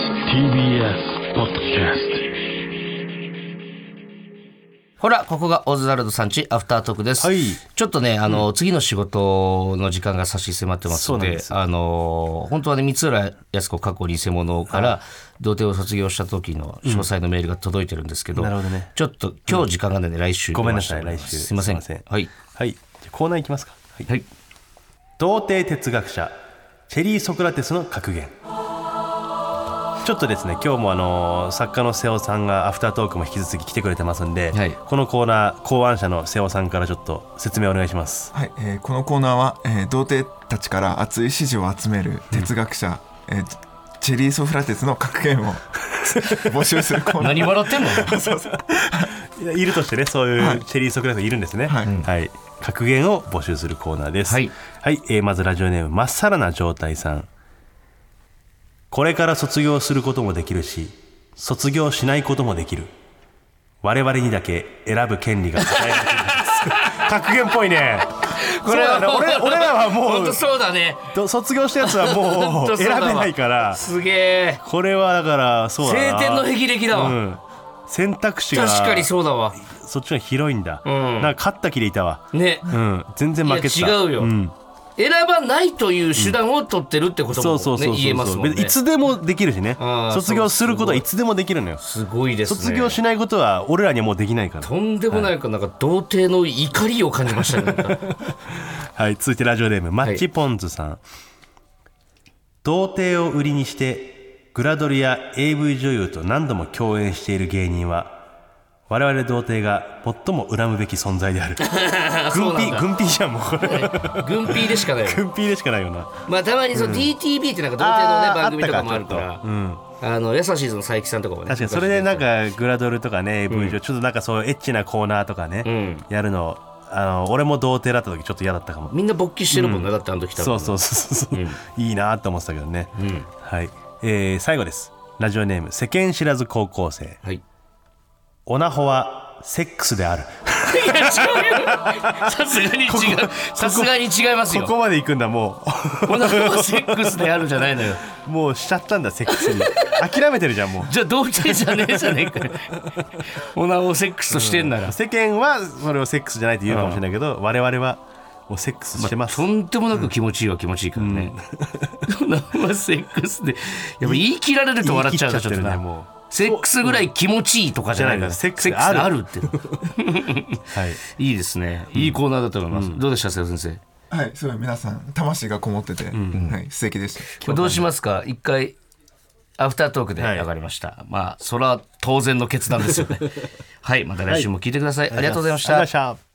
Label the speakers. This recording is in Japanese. Speaker 1: TBS ポッドキャス
Speaker 2: ほら、ここがオズワルドさんち、アフタートークです。
Speaker 3: はい
Speaker 2: ちょっとね、あの、次の仕事の時間が差し迫ってます
Speaker 3: そう
Speaker 2: の
Speaker 3: なん
Speaker 2: で、
Speaker 3: です
Speaker 2: あの、本当はね、三浦康子過去偽物から、童貞を卒業した時の詳細のメールが届いてるんですけど、
Speaker 3: うんなるほどね
Speaker 2: ちょっと今日時間がないんで、来週
Speaker 3: ごめんなさい
Speaker 2: に回して
Speaker 3: 来週
Speaker 2: すいません。
Speaker 3: すいません
Speaker 2: はい。
Speaker 3: はい。じゃあコーナーいきますか。はい。
Speaker 2: はい。
Speaker 3: 童貞哲学者、チェリー・ソクラテスの格言。ちょっとですね、今日もあのー作家の瀬尾さんがアフタートークも引き続き来てくれてますんで、
Speaker 2: はい
Speaker 3: このコーナー考案者の瀬尾さんからちょっと説明お願いします。
Speaker 4: はい、えーこのコーナーは、えー童貞たちから熱い支持を集める哲学者、えーチェリー・ソフラテスの格言を 募集するコーナー
Speaker 2: 何笑 ってんの
Speaker 3: いやいるとしてね、そう
Speaker 4: は
Speaker 3: いう
Speaker 4: い
Speaker 3: チェリー・ソクラテスいるんですね。
Speaker 4: はい
Speaker 3: 格言を募集するコーナーです。
Speaker 2: はい。
Speaker 3: はい、えーまずラジオネーム、まっさらな状態さん。これから卒業することもできるし、卒業しないこともできる。我々にだけ選ぶ権利が与えられて います。格言っぽいね。これはね、俺俺らはも
Speaker 2: 本
Speaker 3: う
Speaker 2: 当、そうだね。
Speaker 3: ど卒業したやつは
Speaker 2: 本
Speaker 3: も
Speaker 2: 当
Speaker 3: う
Speaker 2: そう
Speaker 3: 選
Speaker 2: だわ
Speaker 3: べないから、
Speaker 2: すげえ。
Speaker 3: これはだから、そうだ
Speaker 2: 晴
Speaker 3: な。
Speaker 2: 天の霹靂だわ。
Speaker 3: うん。選択肢が、
Speaker 2: 確かにそうだわ。
Speaker 3: そっちの方が広いんだ。
Speaker 2: ん
Speaker 3: なんか勝った気でいたわ。
Speaker 2: ね。
Speaker 3: うん、全然負けてた。
Speaker 2: いや違うよ
Speaker 3: ん
Speaker 2: 選ばないという手段を取ってるってこと
Speaker 3: そう
Speaker 2: も
Speaker 3: そう
Speaker 2: ね
Speaker 3: そうそう
Speaker 2: 言えますもん
Speaker 3: 別に
Speaker 2: ね
Speaker 3: い。つでもできるしね
Speaker 2: あー
Speaker 3: 卒業することは
Speaker 2: そう
Speaker 3: いつでもできるのよ
Speaker 2: すごいですね。
Speaker 3: 卒業しないことは俺らにはもうできないから
Speaker 2: とんでもないか、なんか童貞の怒りを感じましたね。な んか
Speaker 3: はい続いてラジオネームマッチポンズさん、童貞を売りにしてグラドルや AV 女優と何度も共演している芸人は我々童貞が最も恨むべき存 在である
Speaker 2: そ
Speaker 3: 軍
Speaker 2: うなん
Speaker 3: 備
Speaker 2: だ
Speaker 3: 軍備じゃんもうこ れ
Speaker 2: 軍ピーでしかない。
Speaker 3: 軍備でしかないよな
Speaker 2: まあたまにその DTV ってなんか童貞のね
Speaker 3: あー
Speaker 2: 番組とかも
Speaker 3: あ
Speaker 2: あ
Speaker 3: っ
Speaker 2: る
Speaker 3: たか
Speaker 2: から、あの優しいぞの佐伯さんとかもね。
Speaker 3: 確かにそれでなんかグラドルとかね AV 上、ちょっとなんかそういうエッチなコーナーとかね、
Speaker 2: ん
Speaker 3: やるのあの俺も童貞だった時ちょっと嫌だったかも
Speaker 2: みんな勃起してるもんな、だってあの時多分。
Speaker 3: そうそうそうそう、いいなと思ってたけどね、はい、えー最後ですラジオネーム世間知らず高校生
Speaker 2: はい。い
Speaker 3: オナホはセックスである
Speaker 2: や違うよ。さすがに違う。さすがに違います
Speaker 3: こ
Speaker 2: よ。
Speaker 3: こまで行くんだも
Speaker 2: こんなのセックスであるじゃないのよ。
Speaker 3: う もうしちゃったんだセックスに諦めてるじゃんも
Speaker 2: じゃあ童貞じゃねえじゃねえ かよ。オナをセックスとしてんなら
Speaker 3: う。世間はそれをセックスじゃないって言うかもしれないけど、我々はもうセックスしてます、
Speaker 2: とんでもなく気持ちいいは気持ちいいからね。そんなまセックスで、やっぱ言い切られると笑っちゃうなちょっと
Speaker 3: 言い切っちゃってるね
Speaker 2: な
Speaker 3: もう
Speaker 2: セックスぐらい気持ちいいとかじゃないから、
Speaker 3: じゃないからセックス
Speaker 2: あ
Speaker 3: あ
Speaker 2: る
Speaker 3: る
Speaker 2: って。
Speaker 3: はい
Speaker 2: いいですね。いいコーナーだと思います。どうでした、瀬尾先生。
Speaker 4: はいすごい皆さん魂がこもってて、はい、素敵でした
Speaker 2: これどうしますか一回、アフタートークで
Speaker 3: はい
Speaker 2: 上がりました。 まあ、それは当然の決断ですよね。はい、また来週も聞いてください。ありがとうございまし
Speaker 3: あ
Speaker 2: た
Speaker 3: りがとうござい。ました